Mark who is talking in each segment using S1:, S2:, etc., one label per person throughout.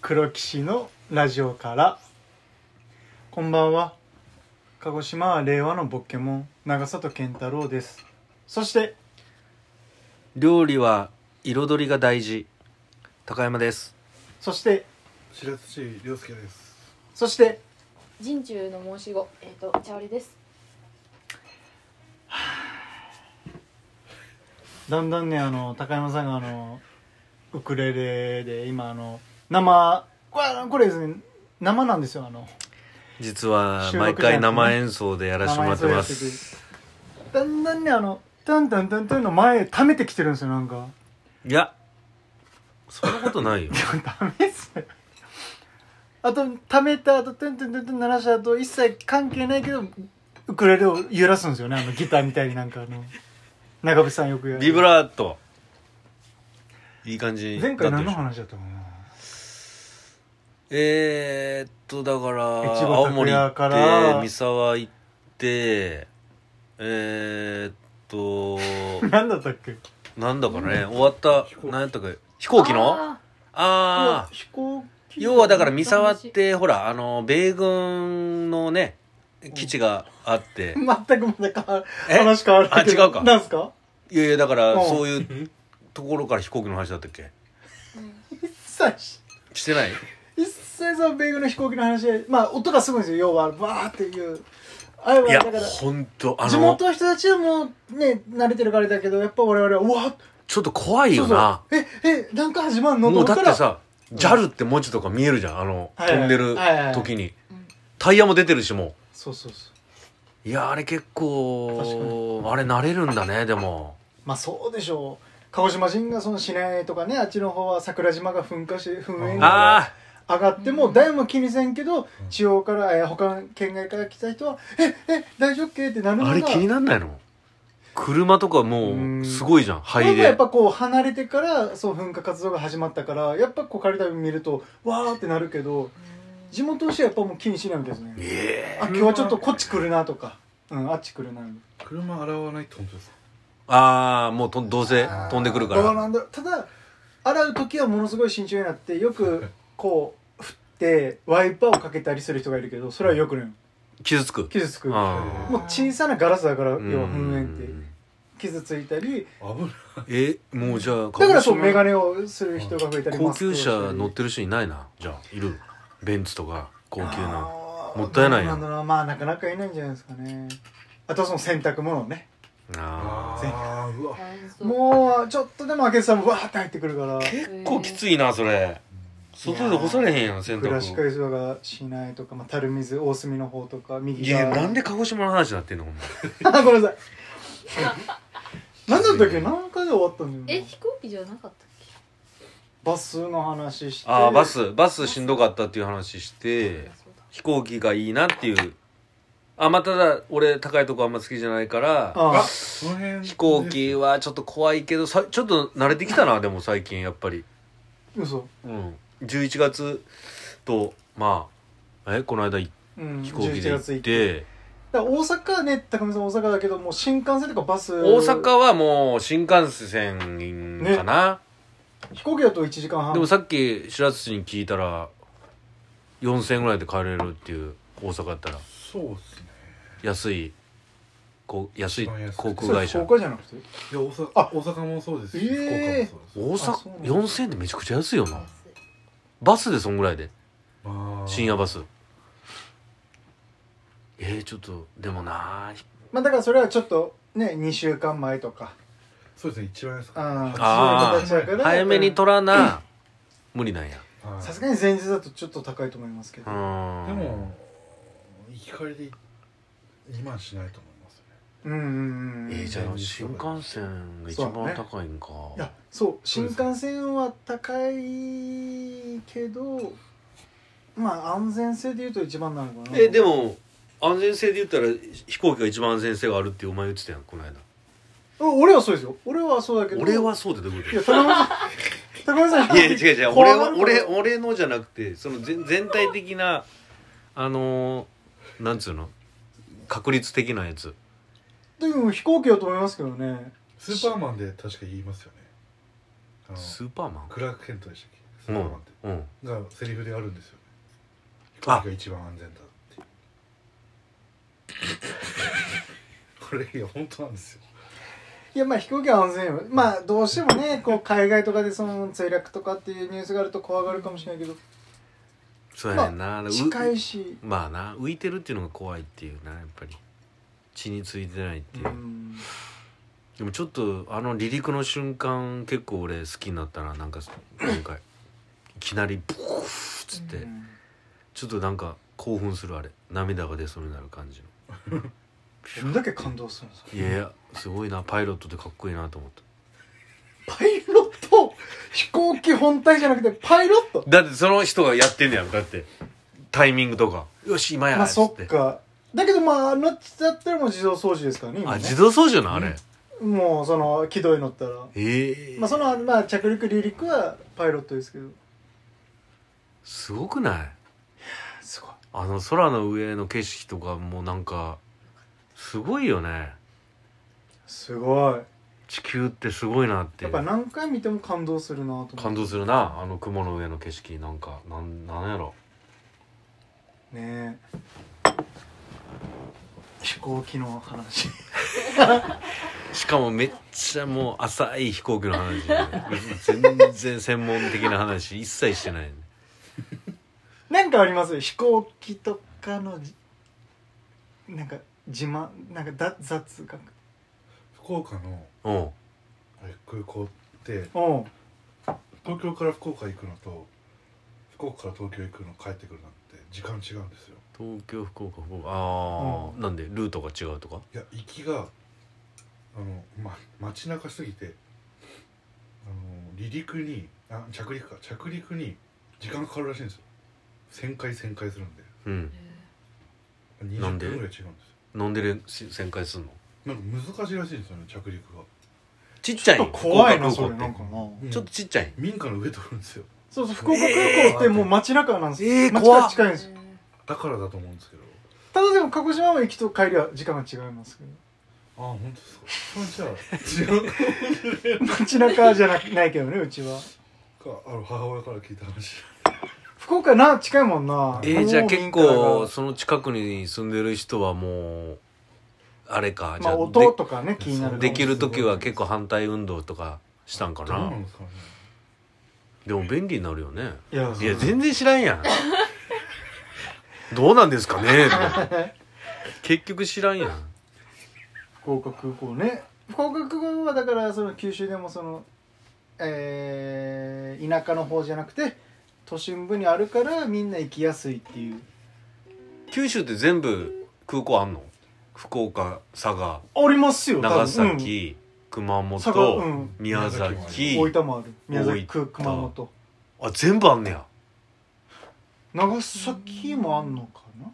S1: 黒騎士のラジオからこんばんは鹿児島は令和のボッケモン長里健太郎ですそして
S2: 料理は彩りが大事高山です
S1: そして
S3: 白土亮介です。
S1: そして
S4: 人中の申し子、えっ、と、茶織です。
S1: だんだんねあの高山さんがあのウクレレで今あの生これこれですね生なんですよあの
S2: 実は
S1: 収録
S2: 毎回生演奏でやらせてもらってま
S1: 生演
S2: す
S1: だんだんねあのタンタンタンタンの前溜めてきてるんですよなんか
S2: いやそんなことないよ
S1: ダメっすねあと溜めた後トゥントゥントゥントゥン鳴らした後一切関係ないけどウクレレを揺らすんですよねあのギターみたいになんかあの長渕さんよくやる
S2: ビブラートいい感じだ
S1: 前
S2: ったで
S1: 回何
S2: し
S1: の
S2: ょ
S1: 話だったか な
S2: えー、っとだから
S1: 越後
S2: 青森
S1: 拓
S2: 行
S1: 也
S2: っ
S1: から
S2: て三沢行ってえー、っと
S1: 何だったっけ
S2: なんだかね終わった
S3: 飛行機
S2: 何やったか飛行機のあ
S4: あ
S2: あー
S1: 飛行機
S2: 要はだから三沢ってほらあの米軍のね基地があって
S1: 全くまだ変わ
S2: え
S1: る話変わるけど
S2: あ違うか
S1: なんすか
S2: いやいやだから
S1: うん
S2: そういうところから飛行機の話だったっけ
S4: ーうん
S1: 一切し
S2: してない
S1: 一切その米軍の飛行機の話でまあ音がすごいんですよ要はバーっていうあれはい
S2: や
S1: だから
S2: ほんとあ
S1: 地
S2: の
S1: 元の人たちはもうね慣れてるからあれだけどやっぱ我々はうわっ
S2: ちょっと怖いよな
S1: そうそうええなんか始まんの
S2: もうだっ
S1: と思
S2: て
S1: たら
S2: さ JAL って文字とか見えるじゃんあの
S1: はいはい
S2: 飛んでる
S1: はいはい
S2: 時に
S4: うん
S2: タイヤも出てるしも
S1: そうそうそう
S2: ういやあれ結
S1: 確か
S2: 構あれ慣れるんだねでも
S1: まあそうでしょう鹿児島人がその市内とかねあっちの方は桜島が噴火して噴煙が
S2: あ
S1: 上がっても誰も気にせんけど地方から、えー他の県外から来た人は「ええ大丈夫っけ?」ってなるの
S2: あ
S1: が
S2: あれ気に
S1: な
S2: なんないの車とか
S1: う
S2: も
S1: ん
S2: うすごいじゃん
S1: る
S2: 灰
S1: やっ
S2: で
S1: ぱこう離れてからそう噴火活動が始まったからやっぱこう仮旅見るとわーってなるけど地元の人はやっぱもう気にしないみたいですね
S2: ええ
S1: あ今日はちょっとこっち来るなとか、うん、あっち来るなみたいな
S3: 車洗わないって本当ですか。
S2: ああもうとどうせ飛んでくるか
S1: どう
S2: ら
S1: なんだろうただ洗う時はものすごい慎重になってよ くこう振ってワイパーをかけたりする人がいるけどそれはよくないの
S2: 傷つく
S1: 傷つくもう
S2: あ
S1: 小さなガラスだから要は
S2: ー
S1: 噴煙っ
S2: う
S1: て
S2: ん
S1: 傷ついたり
S3: 危ない。
S2: えもうじゃあ
S1: だからそう
S2: 鹿児島
S1: 眼鏡をする人が増えたり
S2: 高
S1: マスク
S2: 級
S1: をしたり
S2: 車乗ってる人いないなじゃあいるベンツとか高級な
S1: あー
S2: もったいない
S1: ど
S2: やん
S1: うんだろうまあなかなかいないんじゃないですかねあとはその洗濯物ね
S2: あ
S3: あーうわ。
S4: 乾燥
S1: もうちょっとでも開けてたらわーって入ってくるから
S2: ー結構きついなそれ外で干されへんやん洗
S1: クラシカ
S2: 濯
S1: ルスが市内とか、まあ、垂水大隅の方とか右
S2: い
S1: 側
S2: やなんで鹿児島の話になってんのほんま
S1: あごめん なさい。なんだったっけ何回で終わったんだよ
S4: え、
S1: な。
S4: 飛行機じゃなかったっ
S1: バスの話して。
S2: ああバ。スバスしんどかったっていう話して
S4: け。そうだ
S2: 飛行機がいいなっていうあまあただ俺高いとこあんま好きじゃないから
S1: あ
S3: その辺
S2: 飛行機はちょっと怖いけどさちょっと慣れてきたなでも最近やっぱり、
S1: 嘘。
S2: うん、11月とまあえこの間い
S1: うん。
S2: 飛行機
S1: 11
S2: で行っ
S1: 月
S2: て
S1: 行って。だから大阪ね、高見さん大阪だけど、もう新幹線とかバス。
S2: 大阪はもう新幹線かな、
S1: 飛行機だと1時間半。
S2: でもさっき白土に聞いたら4000円ぐらいで帰れるっていう大阪やったら
S3: そうですね。
S2: 安いこう安い
S3: 一番安い
S2: 航
S1: そ
S2: 空
S1: れ
S2: 会社
S1: 福岡じゃなくて。
S3: いや大阪
S1: あ
S3: 大阪もそうですし、
S1: えー
S3: 福岡もそ
S1: あそ
S2: 大
S3: うです。
S1: う
S2: 阪
S1: なんだ
S2: 4000円ってめちゃくちゃ安いよな
S4: 安い
S2: バスでそんぐらいで
S3: まあ
S2: 深夜バスえー、ちょっとでもな
S1: まあだからそれはちょっと、ね、2週間前とか。
S3: そうですね一番安く。
S1: あ
S2: あ
S1: あ
S2: ー
S1: そういう形だから。
S2: 早めに取らな無理なんや
S1: うんさす
S3: が
S1: がに前日だとちょっと高いと思いますけど
S2: う。ん
S3: でも行き帰りで二万しないと思いますよ
S1: う
S3: ね。
S1: んうんうん。
S2: えー、じゃあ新幹線が一番高いんか、
S1: いやそう
S3: そう
S1: 新
S3: です
S1: 幹線は高いけどまあ安全性でいうと一番なのかな
S2: えでも安全性で言ったら飛行機が一番安全性があるってお前言ってたやんこの間
S1: お俺はそうですよ俺はそうだけど
S2: 俺はそうってどういうこ
S1: いや高山さん 高山さん
S2: といや違う違う
S1: こ
S2: 俺
S1: わ
S2: は
S1: る
S2: 俺俺のじゃなくてその全全体的なあのー、なんつうの確率的なやつ
S1: でも飛行機だと思いますけどね
S3: スーパーマンで確か言いますよね。あの
S2: スーパーマン
S3: クラークケントでしたっけ？そこまで
S2: うんうん
S3: がセリフであるんですよね飛
S2: あ
S3: 行機が一番安全だって これいや本当なんですよ
S1: いやまあ飛行機は安全よまあどうしてもねこう海外とかでその墜落とかっていうニュースがあると怖がるかもしれないけど
S2: そうやねんな、う
S1: 近いし
S2: まあな浮いてるっていうのが怖いっていうなやっぱり血についてないっていう、
S1: うん
S2: でもちょっとあの離陸の瞬間結構俺好きになったななんか今回いきなりブーッつって、
S1: うん
S2: ちょっとなんか興奮するあれ涙が出そうになる感じ
S1: どんだけ感動するんですか
S2: のいやいやすごいなパイロットってかっこいいなと思った
S1: パイロット飛行機本体じゃなくてパイロット
S2: だってその人がやってんねやろだってタイミングとかよし今や
S1: まあ
S2: つ
S1: そっかだけどまああのっちゃったらもう自動掃除ですからね今
S2: あ
S1: ね
S2: 自動操縦なあれ、
S1: うんもうその軌道に乗ったら
S2: ええ
S1: まあそのまあ着陸離陸はパイロットですけど
S2: すごくない
S1: すごい
S2: あの空の上の景色とかもなんかすごいよね
S1: すごい
S2: 地球ってすごいなって
S1: やっぱ何回見ても感動するなと思って
S2: 感動するなあの雲の上の景色なんかなんなんやろ
S1: ねえ飛行機の話
S2: しかもめっちゃもう浅い飛行機 の話全然専門的な話一切してない
S1: なんかあります飛行機とかのじなんか自慢なんかだ雑学
S3: 福岡の
S2: うん
S3: あれ空港って
S1: おう
S3: 東京から福岡行くのと福岡から東京行くの帰ってくるのって時間違うんですよ
S2: 東京福岡福岡ああ、
S1: うん
S2: なんでルートが違うとか
S3: いや行きがあの、ま、街中すぎてあの離陸にあ着陸か着陸に時間かかるらしいんですよ旋回旋回するんで
S2: うん
S3: 20
S2: な
S3: 分
S2: ん
S3: ぐ
S2: で
S3: らい違うんですよ
S2: なんで連し旋回すんの
S3: なんか難しいらしいんですよね着陸が
S2: ちっ
S1: ち
S2: ち
S1: ょ
S2: ゃ
S1: っ
S2: い
S1: と怖いな
S2: 福
S1: そ
S2: 岡
S1: れ
S2: 空
S1: なん
S2: 港って
S1: かな
S3: うん
S2: ちょっとちっちゃい
S3: 民家の上通るんですよ
S1: そうそう福岡空港ってもう街中なんですよ、
S2: えー
S1: 街
S2: 怖
S1: が
S2: っ
S1: 近いんですよ
S3: だからだと思うんですけど
S1: ただでも鹿児島も行きと帰りは時間が違いますけど
S3: あ本当ですかそれじゃあ違う
S1: 街中じゃなないけどねうちは
S3: かあの母親から聞いた話
S1: 福岡な近いもんな
S2: えー、じゃあ結構
S1: 公
S2: その近くに住んでる人はもうあれか
S1: 民
S2: じ
S1: か
S2: ゃ
S1: ら
S2: あ
S1: まあ音とかね気になるかも
S2: でできる時は結構反対運動とかしたんか
S3: どうな
S2: なん
S3: ですかね
S2: でも便利になるよね
S1: いや
S2: いや全然知らんやんどうなんですかね結局知らんやん
S1: 福岡空港ね福岡空港はだからその九州でもそのえー田舎の方じゃなくて都心部にあるからみんな行きやすいっていう
S2: 九州って全部空港あんの福岡佐賀
S1: ありますよ多分
S2: 長崎、熊
S1: うん佐賀、
S2: 本、
S1: うん、
S2: 宮
S3: い
S2: 崎
S1: 大分もある宮崎
S2: 大分
S1: 熊本
S2: あ全部あんねや
S1: 長崎もあんのかな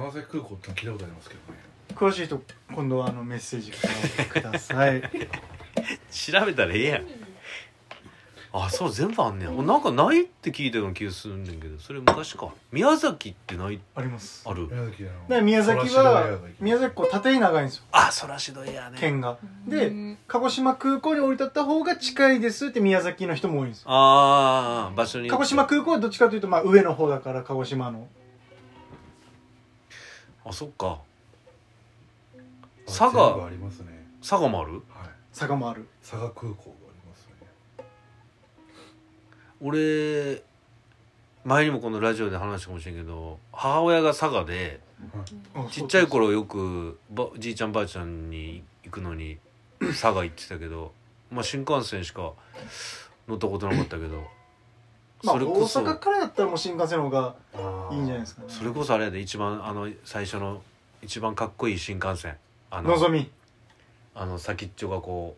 S3: 長崎空港って聞いたことありますけどね
S1: 詳しい人今度はあのメッセージください
S2: 調べたらええやんあそう全部あんねやおなんかないって聞いたような気がするんだけどそれ昔か宮崎ってない
S1: ありますだ
S2: ある
S3: 宮崎あの
S1: から宮崎
S3: ソラシドエア
S1: は
S3: が行き
S1: 宮崎こう縦に長いんですよ
S2: あそらしどいや
S1: 県が
S4: で
S1: で鹿児島空港に降り立った方が近いですって宮崎の人も多いんですよ
S2: ああ場所によ
S1: 鹿
S2: って
S1: 児島空港はどっちかというとまあ上の方だから鹿児島の
S2: あそっか
S3: あ
S2: 佐賀
S3: 全部ありますね
S2: 佐賀もある
S3: はい
S1: 佐賀もある
S3: 佐賀空港がありますね
S2: 俺前にもこのラジオで話したかもしれんけど母親が佐賀でちっちゃい頃よくばじいちゃんばあちゃんに行くのに佐賀行ってたけど、まあ、新幹線しか乗ったことなかったけど、
S1: まあ
S2: それこそ
S1: 大阪からだったらもう新幹線の方が
S3: あー
S1: いいんじゃないですかね
S2: それこそあれやで一番あの最初の一番かっこいい新幹線あ
S1: のぞ
S2: の
S1: み
S2: あの先っちょがこ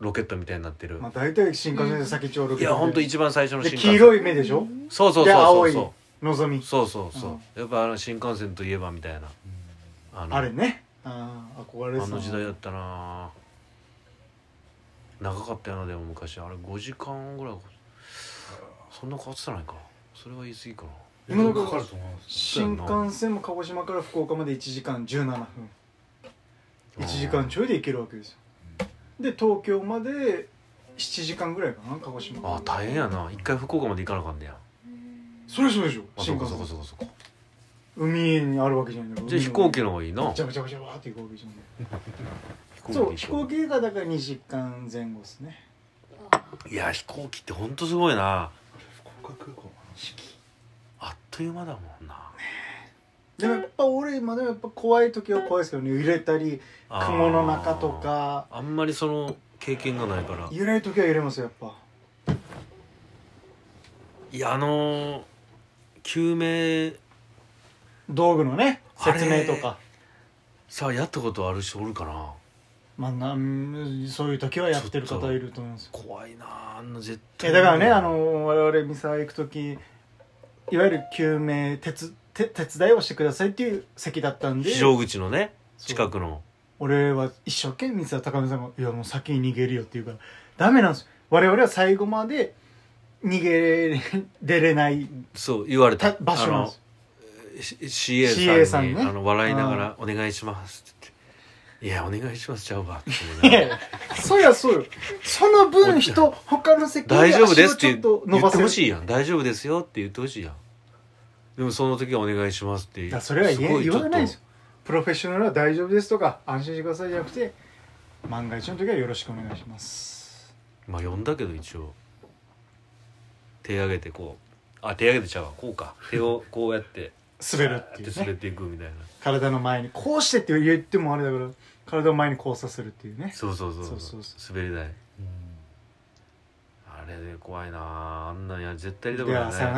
S2: うロケットみたいになってる、
S1: まあ大体新幹線で先ちょうど
S2: いやほんと一番最初の
S1: で
S2: 新幹線
S1: 黄色い目でしょ
S2: そうそう
S1: で
S2: そ
S1: 青
S2: う
S1: い
S2: そう
S1: のぞみ
S2: そうそうそうそう、やっぱあの新幹線といえばみたいなあの
S1: あれねああ憧れで
S2: あ
S1: すな
S2: の時代だったな長かったよなでも昔あれ5時間ぐらいそんな変わってないかそれは言い過ぎかな
S3: 今のかかると思います
S1: 新幹線も鹿児島から福岡まで1時間17分1時間ちょいで行けるわけですよで東京まで7時間ぐらいかな鹿児島
S2: あ大変やな一回福岡まで行かなあかんねや
S1: それそうでしょ
S2: あ
S1: 新
S2: そこ
S1: 幹
S2: そ
S1: 線
S2: こそこそこ
S1: 海にあるわけじゃないんだから
S2: じゃあ飛行機の方がいいな
S1: ジャバジャバジャバって行くわけじゃない
S2: 飛
S1: そう飛行
S2: 機
S1: 機がだから2時間前後ですね
S2: いや飛行機ってほんとすごいな
S3: 福岡空港
S2: あっという間だもんな
S1: でもやっぱ俺今でもやっぱ怖い時は怖いですけどね揺れたり
S2: あー
S1: 雲の中とか
S2: あんまりその経験がないから
S1: 揺れる時は揺れますよやっぱ
S2: いやあのー救命
S1: 道具のね
S2: あれ
S1: 説明とか
S2: さあやったことある人おるかな
S1: まあなんそういう時はやってる方いると思います
S2: 怖いなあんな絶
S1: え
S2: 対
S1: だからねあの我々三沢行く時いわゆる救命手つ手手伝いをしてくださいっていう席だったんで
S2: 非常口のね
S1: そう
S2: 近くの
S1: 俺は一生懸命三沢高見さんが「いやもう先に逃げるよ」って言うからダメなんですよ我々は最後まで逃げれ出れない
S2: そう言われ
S1: た
S2: た
S1: 場所なんですよ
S2: あのし CA さんに
S1: CA さんね
S2: あの笑いながら「お願いします」って言って「いやお願いしますちゃうわ」って
S1: い
S2: 思いな
S1: や
S2: が
S1: い
S2: ら
S1: やそりゃそうよその分人他の席
S2: 大丈夫ですって
S1: 足をちょっと伸
S2: 言
S1: ば
S2: って
S1: せる
S2: ほしいやん大丈夫ですよって言ってほしいやんでもその時はお願いしますって
S1: だからそれは言
S2: ご
S1: え
S2: ち
S1: 言
S2: ょっ
S1: わ
S2: と
S1: ないですよプロフェッショナルは大丈夫ですとか安心してくださいじゃなくて万が一の時はよろしくお願いします
S2: まあ呼んだけど一応手上げてこうあ手上げてちゃうわこうか手をこうやって
S1: 滑るって
S2: や
S1: い
S2: っ
S1: う
S2: て滑っ
S1: ね
S2: ていくみたいな
S1: 体の前にこうしてって言ってもあれだから体を前に交差するっていうね
S2: そうそうそう
S1: そうそうそ
S2: 滑り台あれで怖いなああんなんや絶対やりたく
S1: いや
S2: ない
S1: さよな